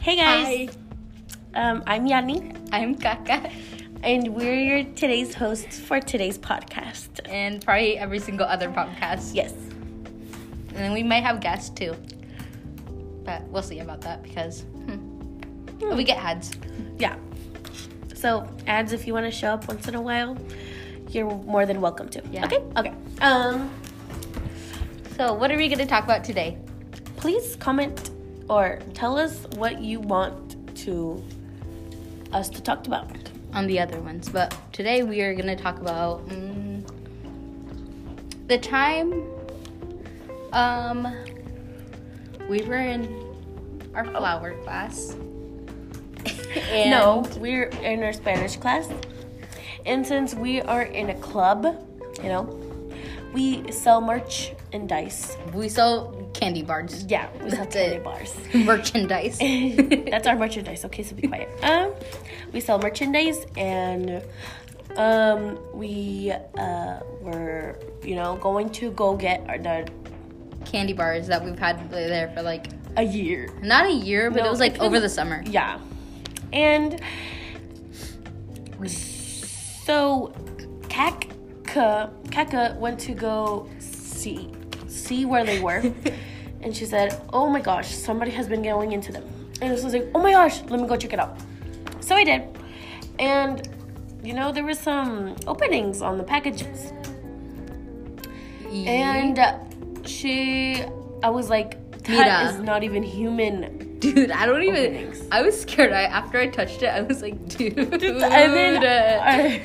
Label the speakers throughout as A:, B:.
A: Hey guys. Um, I'm Yanni,
B: I'm Kaka,
A: and we're your today's hosts for today's podcast.
B: and probably every single other podcast.
A: Yes.
B: And then we might have guests too. But we'll see about that because hmm. we get ads.
A: Yeah. So ads, if you want to show up once in a while, you're more than welcome to.
B: Yeah.
A: Okay. Okay. Um,
B: So, what are we going to talk about today?
A: please comment or tell us what you want to us to talk about.
B: on the other ones, but today we are going to talk about mm, the time um, we were in our flower class. and
A: no, we're in our Spanish class, and since we are in a club, you know, we sell merch and dice.
B: we sold candy bars,
A: Yeah, we sell
B: That's
A: candy
B: it.
A: bars.
B: merchandise.
A: That's our merchandise. Okay, so be quiet. Um, we sell merchandise and um, we uh, were, you know, going to go get our, the,
B: candy bars that we've had there for like
A: a year.
B: not a year, but
A: No,
B: it was
A: it's
B: like
A: been-
B: over the summer.
A: Yeah. And so Kaka, Kaka went to go see see where they were. and she said, Oh my gosh, somebody has been going into them. And I was like, Oh my gosh, let me go check it out. So I did. And you know, there were some openings on the packages.
B: Mm-hmm.
A: And uh, she I was like, that
B: Mira.
A: is not even human.
B: dude, I don't even.
A: Openings.
B: I was scared. I after I touched it, I was like, dude.
A: and then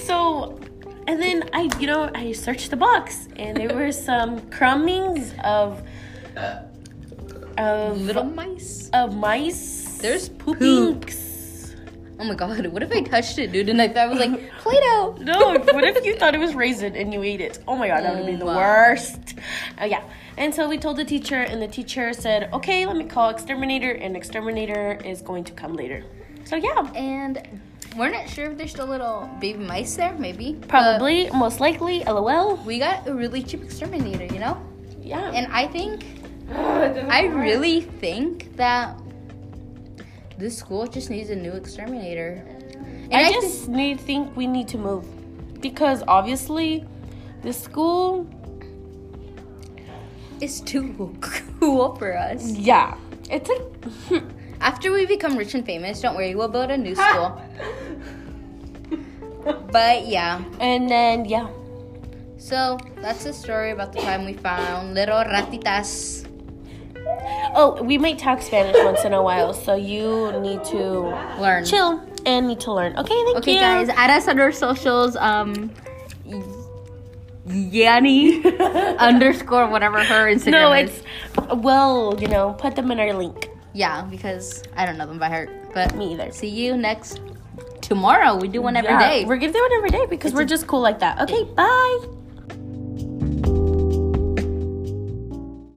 A: so and then i you know i searched the box and there were some crumbings of of
B: little mice.
A: of mice
B: There's
A: pooping
B: poop. Oh my god, what if I touched it, dude? And I thought I was like, Play-Doh.
A: no what if you thought it was raisin and you ate it oh my god that would have been the
B: Wow.
A: worst oh yeah and so we told the teacher and the teacher said okay let me call exterminator and exterminator is going to come later so
B: Uh,
A: yeah
B: And we're not sure if there's still little baby mice there. Maybe. But
A: probably most likely lol
B: we got a really cheap exterminator, you know.
A: yeah
B: And I think I really think that this school just needs a new exterminator. And
A: I,
B: I,
A: just
B: thi-
A: need think we need to move because obviously the school
B: it's too cool for us.
A: yeah it's like
B: After we become rich and famous, don't worry, we'll build a new school. but yeah,
A: and then yeah
B: so that's the story about the time we found little ratitas.
A: oh we might talk Spanish once in a while so you need to
B: Learn.
A: chill and need to learn okay thank
B: Okay,
A: you
B: guys, add us on our socials. Um, y- Yanni underscore whatever her Instagram
A: no
B: is.
A: it's well you know put them in our link
B: Yeah, because I don't know them by heart. But
A: me either
B: see you next tomorrow. We do one every
A: Yeah,
B: day.
A: we're gonna do it every day because we're just cool like that okay bye.